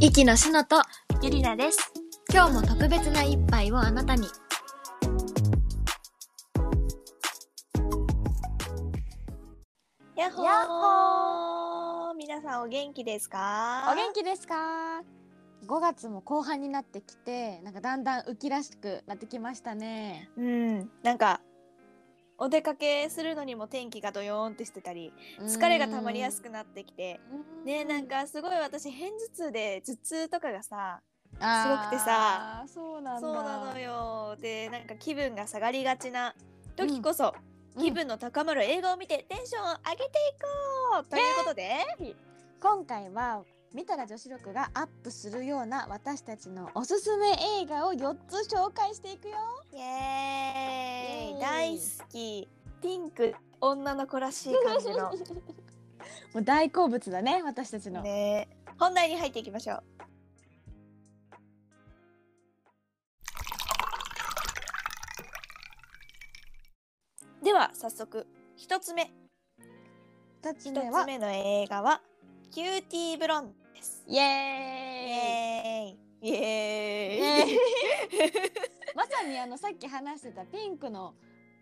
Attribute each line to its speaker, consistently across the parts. Speaker 1: 牧野しのと
Speaker 2: ゆりなです。
Speaker 1: 今日も特別な一杯をあなたに
Speaker 2: やっほー
Speaker 3: やっ
Speaker 2: 皆さんお元気です
Speaker 3: お
Speaker 2: か
Speaker 3: 元気ですか5月も後半になってきてなんかだんだん浮きらしくなってきましたね
Speaker 2: うん。なんか、お出かけするのにも天気がドヨーンってしてたり、疲れが溜まりやす
Speaker 3: く
Speaker 2: くなってきて、ねなんかすごい私偏頭痛で頭痛とかがさ、すごくてさ
Speaker 3: そうなんだ
Speaker 2: そうなのよ。で、なんか気分が下がりがちな時こそ、
Speaker 3: うん
Speaker 2: 気分の高まる映画を見てテンションを上げていこうということで、
Speaker 3: 今回は見たら女子力がアップするような私たちのおすすめ映画を4つ紹介していくよ
Speaker 2: イエーイ
Speaker 3: イエーイ
Speaker 2: 大好きピンク女の子らしい感じ の
Speaker 3: もう大好物だね私たちの、
Speaker 2: ね本題に入っていきましょうでは早速一つ目
Speaker 3: 2つ
Speaker 2: 一
Speaker 3: 目
Speaker 2: つ
Speaker 3: は
Speaker 2: 目の映画はキューティーブロンドです
Speaker 3: イエ
Speaker 2: イエーイ
Speaker 3: ーイ
Speaker 2: イエーイ
Speaker 3: ねまさにあのさっき話してたピンクの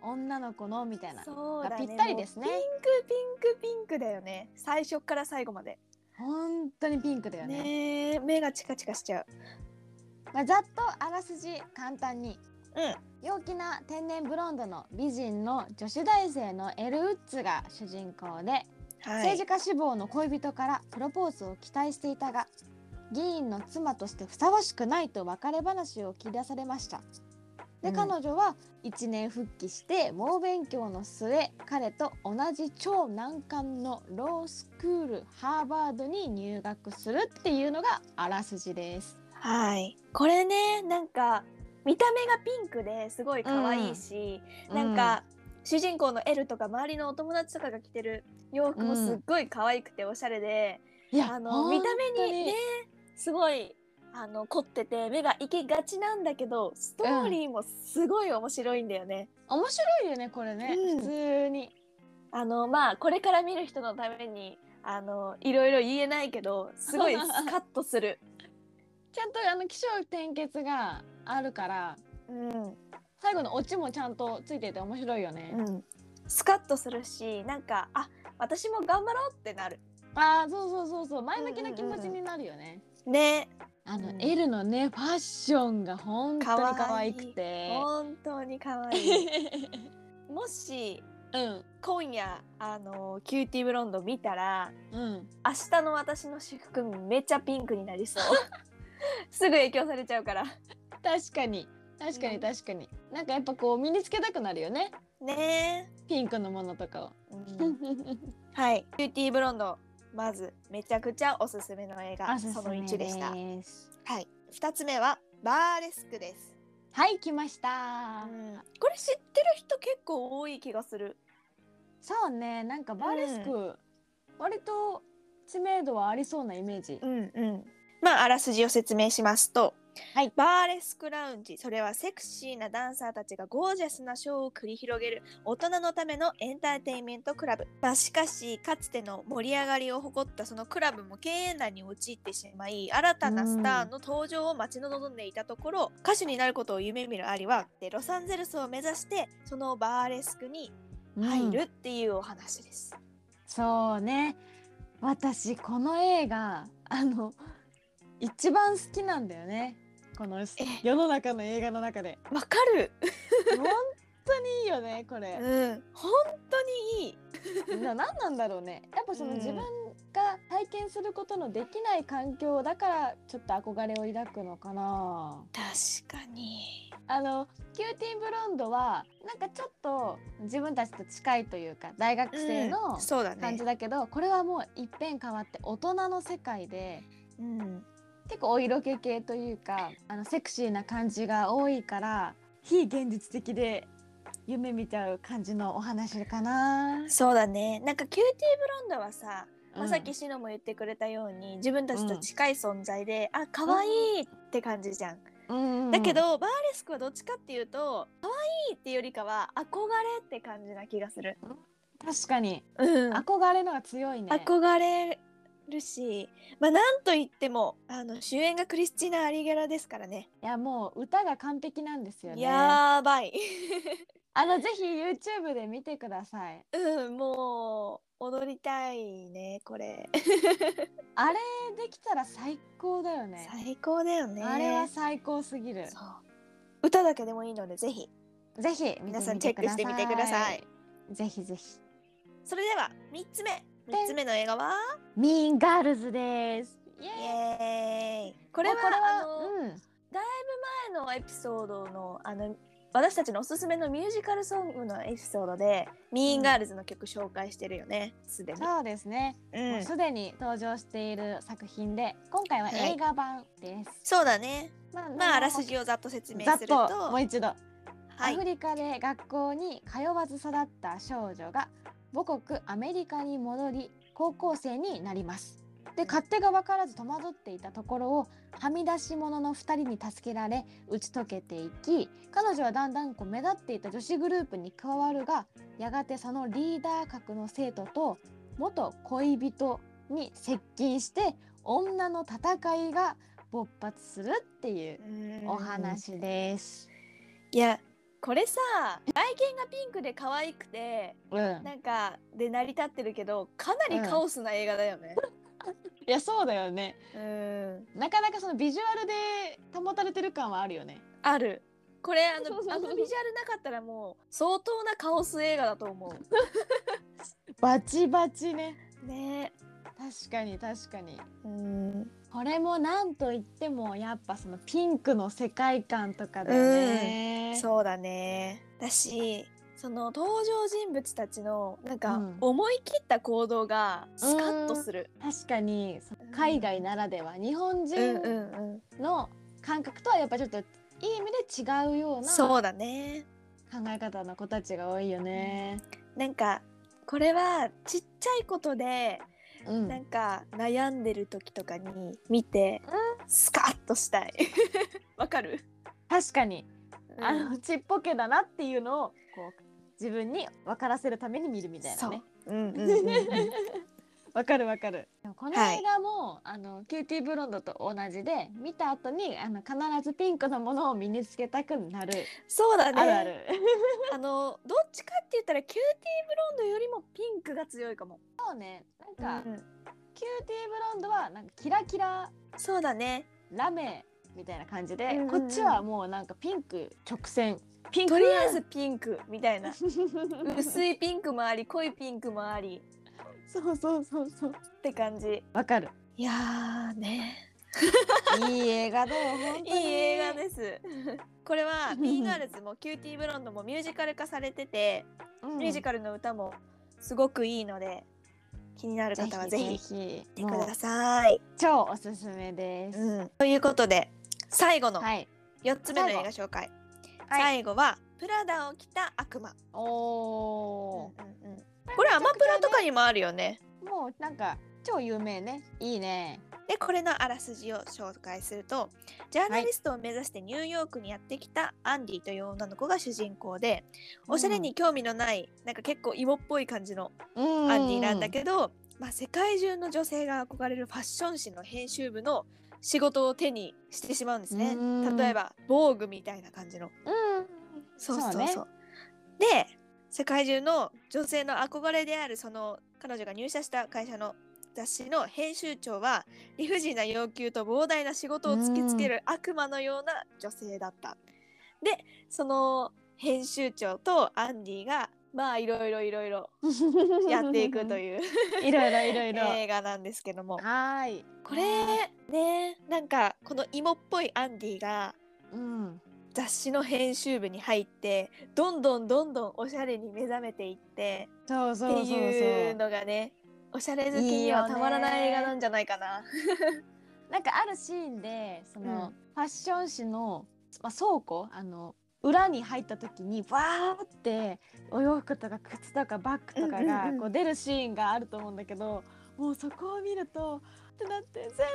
Speaker 3: 女の子のみたい な
Speaker 2: そうだね
Speaker 3: がぴったりですね
Speaker 2: もうピンクピンクピンクだよね最初から最後まで
Speaker 3: 本当にピンクだよね
Speaker 2: ねえ目がチカチカしちゃう
Speaker 3: まあ、ざっとあらすじ簡単に
Speaker 2: うん
Speaker 3: 陽気な天然ブロンドの美人の女子大生のエル・ウッズが主人公で、
Speaker 2: はい
Speaker 3: 政治家志望の恋人からプロポーズを期待していたが議員の妻としてふさわしくないと別れ話を切り出されましたで、
Speaker 2: うん
Speaker 3: 彼女は一年復帰して猛勉強の末彼と同じ超難関のロースクールハーバードに入学するっていうのがあらすじです。
Speaker 2: はいこれねなんか見た目がピンクですごい可愛いし、
Speaker 3: うん
Speaker 2: なんか、主人公のエルとか周りのお友達とかが着てる洋服もすっごい可愛くておしゃれで、
Speaker 3: いや
Speaker 2: あの見た目にねすごいあの凝ってて目がいけがちなんだけどストーリーもすごい面白いんだよね。
Speaker 3: 面白いよねこれね、
Speaker 2: うん
Speaker 3: 普通に
Speaker 2: あのまあこれから見る人のためにあのいろいろ言えないけどすごいスカッとする。
Speaker 3: ちゃんとあの気象転結があるから
Speaker 2: うん
Speaker 3: 最後のオチもちゃんとついてて面白いよね、
Speaker 2: うん、スカッとするしなんかあ私も頑張ろうってなる
Speaker 3: ああそうそうそうそう前向きな気持ちになるよね、
Speaker 2: ね
Speaker 3: あ
Speaker 2: う
Speaker 3: の
Speaker 2: ん
Speaker 3: エルのねファッションが本当に可愛くて
Speaker 2: 本当に可愛い もし
Speaker 3: うん
Speaker 2: 今夜あのキューティーブロンド見たら
Speaker 3: うん
Speaker 2: 明日の私の私服めっちゃピンクになり そうすぐ影響されちゃうから
Speaker 3: 確かに確か
Speaker 2: う
Speaker 3: に
Speaker 2: ん
Speaker 3: 確かに、なんかやっぱこう身につけたくなるよね
Speaker 2: ね
Speaker 3: ピンクのものとかを、
Speaker 2: え、はいキューティーブロンドまずめちゃくちゃおすすめの映画
Speaker 3: おすす
Speaker 2: そ
Speaker 3: め
Speaker 2: の1でした
Speaker 3: です
Speaker 2: はい2つ目はバーレスクです
Speaker 3: はい来ました、
Speaker 2: これ知ってる人結構多い気がする。
Speaker 3: そうねなんかバーレスク、割と知名度はありそうなイメージ、
Speaker 2: んうん。まああらすじを説明しますと、
Speaker 3: はい
Speaker 2: バーレスクラウンジそれはセクシーなダンサーたちがゴージャスなショーを繰り広げる大人のためのエンターテインメントクラブ、まあ、しかしかつての盛り上がりを誇ったそのクラブも経営難に陥ってしまい新たなスターの登場を待ち望んでいたところ、歌手になることを夢見るアリはでロサンゼルスを目指してそのバーレスクに入るっていうお話です。
Speaker 3: そうね私この映画あの一番好きなんだよねこの世の中の映画の中で
Speaker 2: わかる
Speaker 3: 本当にいいよねこれ
Speaker 2: うん、本当にいい。
Speaker 3: な何なんだろうねやっぱその
Speaker 2: うん
Speaker 3: 自分が体験することのできない環境だからちょっと憧れを抱くのかな
Speaker 2: 確かに。
Speaker 3: あのキューティーブロンドはなんかちょっと自分たちと近いというか大学生の
Speaker 2: そうだ
Speaker 3: 感じ
Speaker 2: ね。
Speaker 3: だけど、これはもう一変変わって大人の世界で
Speaker 2: うん、
Speaker 3: 結構お色気系というかあのセクシーな感じが多いから非現実的で夢見ちゃう感じのお話かな。
Speaker 2: そうだね。なんかキューティーブロンドはさ、
Speaker 3: うん
Speaker 2: まあさっきしのも言ってくれたように、自分たちと近い存在で、あ、可愛いって感じじゃん。
Speaker 3: うん
Speaker 2: だけど、バーレスクはどっちかっていうと、可愛いっていうよりかは憧れって感じな気がする。
Speaker 3: 確かに
Speaker 2: うん
Speaker 3: 憧れのが強いね。
Speaker 2: 憧れるし、まあ、なんといってもあの主演がクリスティーナ・アリゲラですからね
Speaker 3: いやもう歌が完璧なんですよね。
Speaker 2: やーばい
Speaker 3: あのぜひ YouTube で見てください。
Speaker 2: うんもう踊りたいねこれ、
Speaker 3: あれできたら最高だよね。
Speaker 2: 最高だよね
Speaker 3: あれは最高すぎる。
Speaker 2: そう歌だけでもいいのでぜひ
Speaker 3: ぜひ見てみて
Speaker 2: 皆さんチェックしてみてください。
Speaker 3: ぜひぜひ。
Speaker 2: それでは3つ目3つ目の映画は
Speaker 3: ミーンガールズです。イエ
Speaker 2: イ
Speaker 3: ーイ
Speaker 2: エーイこれは
Speaker 3: もうこれ
Speaker 2: あの
Speaker 3: はうん
Speaker 2: 前のエピソードのあの私たちのおすすめのミュージカルソングのエピソードでミーンガールズの曲紹介してるよねすでに、
Speaker 3: そうですね。
Speaker 2: うん
Speaker 3: もうすでに登場している作品で、今回は映画版です。
Speaker 2: そうだね
Speaker 3: まあ
Speaker 2: まああらす
Speaker 3: じ
Speaker 2: じをざっと説明
Speaker 3: ざっ
Speaker 2: すると
Speaker 3: ともう一度。
Speaker 2: は
Speaker 3: ア
Speaker 2: い
Speaker 3: フリカで学校に通わず育った少女が母国アメリカに戻り高校生になります。で勝手が分からず戸惑っていたところをはみ出し者の2人に助けられ打ち解けていき彼女はだんだんこう目立っていた女子グループに加わるがやがてそのリーダー格の生徒と元恋人に接近して女の戦いが勃発するっていう
Speaker 2: うん
Speaker 3: お話です。
Speaker 2: いやこれ さ外見がピンクで可愛くて
Speaker 3: うん
Speaker 2: なんかで成り立ってるけどかなりカオスな映画だよ ね
Speaker 3: いやそうだよね
Speaker 2: うん、
Speaker 3: なかなかそのビジュアルで保たれてる感はあるよね
Speaker 2: あるこれあの
Speaker 3: そうそうそう
Speaker 2: あのビジュアルなかったらもう相当なカオス映画だと思
Speaker 3: バチバチね
Speaker 2: うね
Speaker 3: 確かに確かに
Speaker 2: うん
Speaker 3: これもなんといってもやっぱそのピンクの世界観とかだよね、
Speaker 2: そうだねだしその登場人物たちのなんか
Speaker 3: うん
Speaker 2: 思い切った行動がスカッとする、
Speaker 3: 確かにその海外ならでは、日本
Speaker 2: うんう
Speaker 3: 人
Speaker 2: んうん
Speaker 3: の感覚とはやっぱちょっといい意味で違うような
Speaker 2: そ
Speaker 3: 考
Speaker 2: うだね
Speaker 3: え方の子たちが多いよね。
Speaker 2: なんかこれはちっちゃいことで
Speaker 3: うん
Speaker 2: なんか悩んでる時とかに見てスカッとした いわかる、
Speaker 3: 確かに、
Speaker 2: うん
Speaker 3: あのちっぽけだなっていうのをこう自分に分からせるために見るみたいな
Speaker 2: そう
Speaker 3: ね。
Speaker 2: うんうんうんうん
Speaker 3: わかるわかる。でもこの
Speaker 2: はい
Speaker 3: 映画も、あのキューティーブロンドと同じで見た後にあの必ずピンクのものを身につけたくなる、
Speaker 2: そうだね
Speaker 3: あるある。
Speaker 2: あのどっちかって言ったらキューティーブロンドよりもピンクが強いかも。
Speaker 3: そうね。なんか、
Speaker 2: うん
Speaker 3: キューティーブロンドはなんかキラキラ
Speaker 2: そうだね。
Speaker 3: ラメみたいな感じで、
Speaker 2: うんうん
Speaker 3: こっちはもうなんかピンク直線ピンク。
Speaker 2: とりあえずピンクみたいな
Speaker 3: そ
Speaker 2: 薄いピンクもあり濃いピンクもあり
Speaker 3: う そうそうそう。
Speaker 2: って感じ。
Speaker 3: わかる。
Speaker 2: いやーね。
Speaker 3: いい映画だよ本
Speaker 2: い
Speaker 3: 当
Speaker 2: い
Speaker 3: に。
Speaker 2: 映画です。これは
Speaker 3: うん
Speaker 2: ミーガールズもキューティーブロンドもミュージカル化されてて、
Speaker 3: うん。
Speaker 2: ミュージカルの歌もすごくいいので気になる方はぜひ
Speaker 3: ぜ
Speaker 2: 見
Speaker 3: ひ
Speaker 2: てく
Speaker 3: もう
Speaker 2: ださい。
Speaker 3: 超おすすめです。
Speaker 2: うん、ということで最後の
Speaker 3: はい。
Speaker 2: 4つ目の映画紹介。
Speaker 3: はい
Speaker 2: 最後は「プラダを着た悪魔」
Speaker 3: おお、
Speaker 2: これアマプラとかにもあるよね。
Speaker 3: もうなんか超有名ね。いいね。
Speaker 2: でこれのあらすじを紹介するとジャーナリストを目指してニューヨークにやってきたアンディという女の子が主人公でおしゃれに興味のないなんか結構芋っぽい感じの
Speaker 3: うん
Speaker 2: アンディなんだけど、まあ、世界中の女性が憧れるファッション誌の編集部の仕事を手にしてしまうんですね
Speaker 3: うん。
Speaker 2: 例えば防具みたいな感じの
Speaker 3: ど。うん。
Speaker 2: そうそうそう。
Speaker 3: そう
Speaker 2: で世界中の女性の憧れであるその彼女が入社した会社の雑誌の編集長は理不尽な要求と膨大な仕事を突きつける悪魔のような女性だった。でその編集長とアンディがまあいろいろいろいろやっていくと
Speaker 3: う。
Speaker 2: いう
Speaker 3: いろいろいろいろ。
Speaker 2: 映画なんですけども
Speaker 3: はーい。
Speaker 2: これねなんかこの芋っぽいアンディが
Speaker 3: うん。
Speaker 2: 雑誌の編集部に入ってどんどんどんどんおしゃれに目覚めていって
Speaker 3: そう
Speaker 2: っ
Speaker 3: そうそ
Speaker 2: て
Speaker 3: うそ
Speaker 2: いう
Speaker 3: う。
Speaker 2: のがねおしゃれ好きにはたまらない映画なんじゃないかな。
Speaker 3: なんかあるシーンでその、
Speaker 2: うん
Speaker 3: ファッション誌のまあ倉庫あの裏に入った時にバーってお洋服とか靴とかバッグとか
Speaker 2: うんうん
Speaker 3: が
Speaker 2: うん
Speaker 3: こう出るシーンがあると思うんだけど、もうそこを見るとってなって全部がも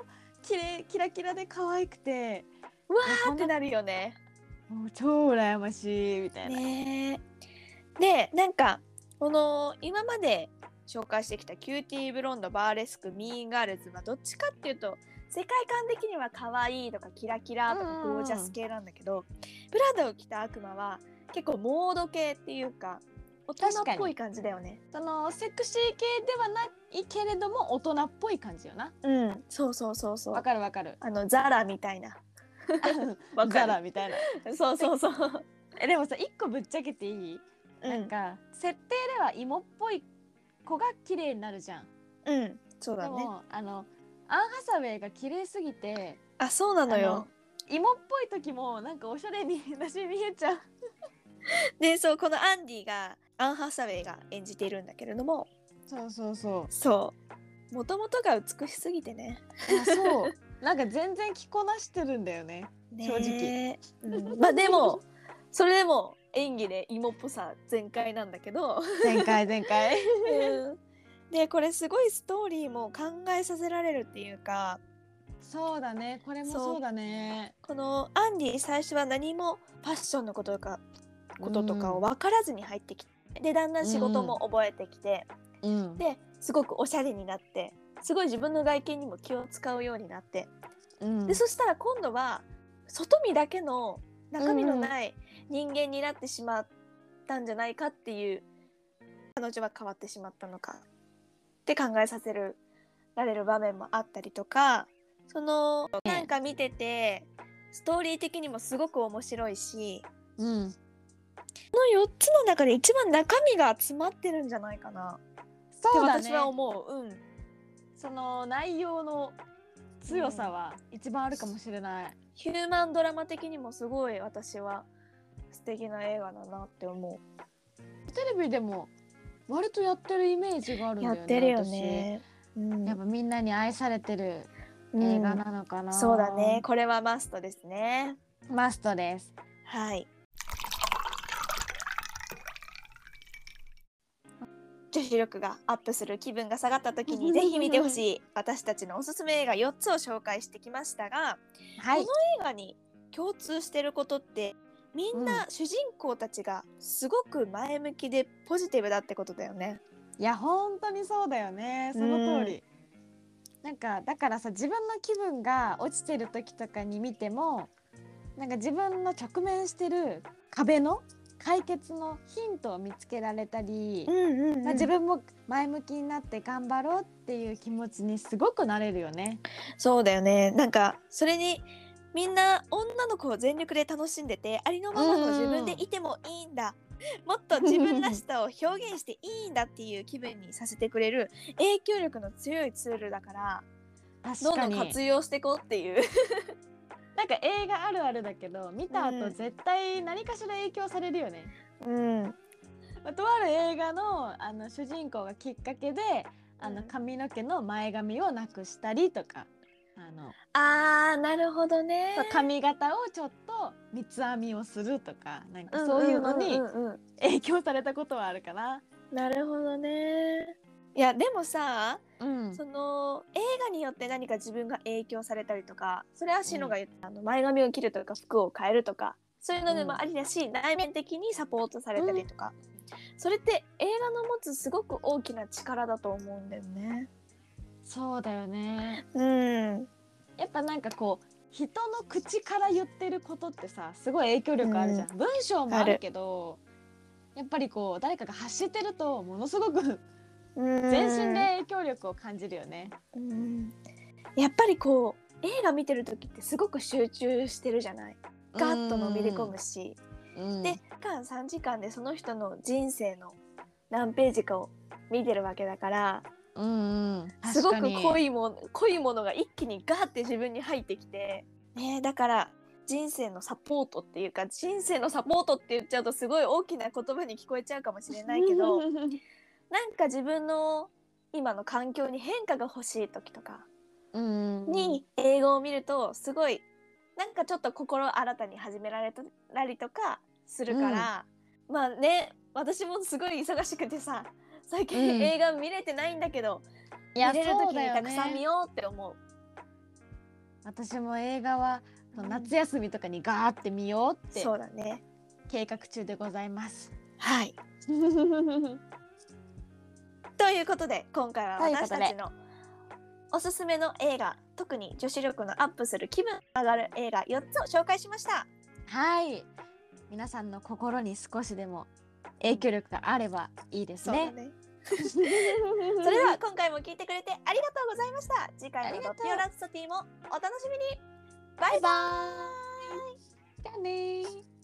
Speaker 3: うきれキラキラで可愛くて
Speaker 2: うわーってなるよね。
Speaker 3: もう超羨ましいみたいな。
Speaker 2: ねえでなんかこの今まで紹介してきたキューティーブロンドバーレスクミーンガールズはどっちかっていうと世界観的には可愛いとかキラキラとか
Speaker 3: うんうんうん
Speaker 2: ゴージャス系なんだけど、プラダを着た悪魔は結構モード系っていうか大人っぽい感じだよね。
Speaker 3: そのセクシー系ではないけれども大人っぽい感じよな
Speaker 2: うん、そうそうそうそう
Speaker 3: わ。かるわかる
Speaker 2: あのザラみたい な。わ
Speaker 3: ザ
Speaker 2: か
Speaker 3: ラ
Speaker 2: る。
Speaker 3: みたいな
Speaker 2: そうそうそう。
Speaker 3: えでもさ一個ぶっちゃけていい、
Speaker 2: う
Speaker 3: なん
Speaker 2: ん、
Speaker 3: か設定では芋っぽい子が綺麗になるじゃん
Speaker 2: うん、そう
Speaker 3: で
Speaker 2: だね。
Speaker 3: もあのアン・ハサウェイが綺麗すぎて
Speaker 2: あ、そうなの
Speaker 3: あ
Speaker 2: よ
Speaker 3: の。芋っぽい時もなんかおしゃれに私見えちゃう
Speaker 2: で、そう、このアンディが、アンハサウェイが演じているんだけれども。
Speaker 3: そうそうそ
Speaker 2: そう。もともとが美しすぎてね。
Speaker 3: うそう なんか全然着こなしてるんだよね
Speaker 2: ね
Speaker 3: 正直。
Speaker 2: うんまあ、でも、それでも、演技で芋っぽさ全開なんだけど。
Speaker 3: 前回前回
Speaker 2: うん で、これすごいストーリーも考えさせられるっていうか。
Speaker 3: そうだねこれも
Speaker 2: そう
Speaker 3: そうだね
Speaker 2: このアンディ最初は何もファッションのこととかこととかを分からずに入ってきて、でだんだん仕事も覚えてきて、
Speaker 3: うん
Speaker 2: ですごくおしゃれになってすごい自分の外見にも気を使うようになって、
Speaker 3: うん
Speaker 2: でそしたら今度は外見だけの中身のない人間になってしまったんじゃないかっていう彼女は変わってしまったのかって考えさせるられる場面もあったりとかその
Speaker 3: え
Speaker 2: なんか見ててストーリー的にもすごく面白いし
Speaker 3: うん
Speaker 2: この4つの中で一番中身が詰まってるんじゃないかなって
Speaker 3: そうだね
Speaker 2: 私は思う。うん
Speaker 3: その内容の強さは一番あるかもしれない、
Speaker 2: ヒューマンドラマ的にもすごい私は素敵な映画だなって思
Speaker 3: テレビでも割とやってるイメージがある
Speaker 2: う。
Speaker 3: んだよね私やっぱみんなに愛されてる映画なのかな、
Speaker 2: そうだねこれはマストですね
Speaker 3: マストです
Speaker 2: はい女子力がアップする気分が下がった時 にぜひ見てほしい私たちのおすすめ映画4つを紹介してきましたが
Speaker 3: はい
Speaker 2: こ映画に共通してることってみんな主人公たちがすごく前向きでポジティブだってことだよね。
Speaker 3: いや本当にそうだよねその通り、なんかだからさ自分の気分が落ちてる時とかに見てもなんか自分の直面してる壁の解決のヒントを見つけられたり、
Speaker 2: んうん
Speaker 3: まあ、自分も前向きになって頑張ろうっていう気持ちにすごくなれるよね。
Speaker 2: そうだよねなんかそれにみんな女の子を全力で楽しんでてありのままの自分でいてもいいんだ、もっと自分らしさを表現していいんだっていう気分にさせてくれる影響力の強いツールだからど
Speaker 3: 確
Speaker 2: ん
Speaker 3: か
Speaker 2: ど
Speaker 3: に
Speaker 2: ん活用していこうっていう
Speaker 3: なんか映画あるあるだけど見
Speaker 2: う
Speaker 3: た後
Speaker 2: ん
Speaker 3: 絶対何かしら影響されるよね。
Speaker 2: うん
Speaker 3: まあとある映画のあの主人公がきっかけであ
Speaker 2: う
Speaker 3: の
Speaker 2: ん
Speaker 3: 髪の毛の前髪をなくしたりとかあの、
Speaker 2: あーなるほどね
Speaker 3: まあ髪型をちょっと三つ編みをするとかなんかそういうのに
Speaker 2: んうんうんうん
Speaker 3: 影響されたことはあるかな。
Speaker 2: なるほどねいやでもさ
Speaker 3: うん
Speaker 2: その映画によって何か自分が影響されたりとかそれはシノが言った、あの前髪を切るとか服を変えるとかそういうので
Speaker 3: うん
Speaker 2: もありだし、内面的にサポートされたりとか、それって映画の持つすごく大きな力だと思うんだよね。
Speaker 3: そうだよね。
Speaker 2: うん、
Speaker 3: やっぱなんかこう人の口から言ってることってさすごい影響力あるじゃん、文章もあるけどやっぱりこう誰かが発してるとものすごく全身で影響力を感じるよね。
Speaker 2: うんやっぱりこう映画見てる時ってすごく集中してるじゃないガッとのめり込むし、
Speaker 3: うん。
Speaker 2: で期間3時間でその人の人生の何ページかを見てるわけだから
Speaker 3: うんうん、
Speaker 2: すごく濃
Speaker 3: い。
Speaker 2: いもの濃いものが一気にガーって自分に入ってきて、ねえ、だから人生のサポートっていうか人生のサポートって言っちゃうとすごい大きな言葉に聞こえちゃうかもしれないけどなんか自分の今の環境に変化が欲しい時とか
Speaker 3: うん、
Speaker 2: に英語を見るとすごいなんかちょっと心新たに始められたりとかするから、まあね私もすごい忙しくてさ最
Speaker 3: う
Speaker 2: 近
Speaker 3: ん
Speaker 2: 映画見れてないんだけど、
Speaker 3: いや
Speaker 2: 見れる
Speaker 3: そう
Speaker 2: 時
Speaker 3: だ
Speaker 2: に
Speaker 3: よ
Speaker 2: たくさん見
Speaker 3: ね。
Speaker 2: ようって思う。
Speaker 3: 私も映画は夏休みとかにガーって見ようって
Speaker 2: そうだね
Speaker 3: 計画中でございます。
Speaker 2: はいということで今回は
Speaker 3: というこ
Speaker 2: 私
Speaker 3: とで
Speaker 2: たちのおすすめの映画特に女子力のアップする気分上がる映画4つを紹介しました
Speaker 3: はい皆さんの心に少しでも影響力があればいいですね。 そ
Speaker 2: そ
Speaker 3: れ
Speaker 2: れ
Speaker 3: で
Speaker 2: で
Speaker 3: は
Speaker 2: は今回も聞いてくれてありがとうございました次回の「ドッピオラプソティ」もお楽しみにバイバイ
Speaker 3: じゃあねー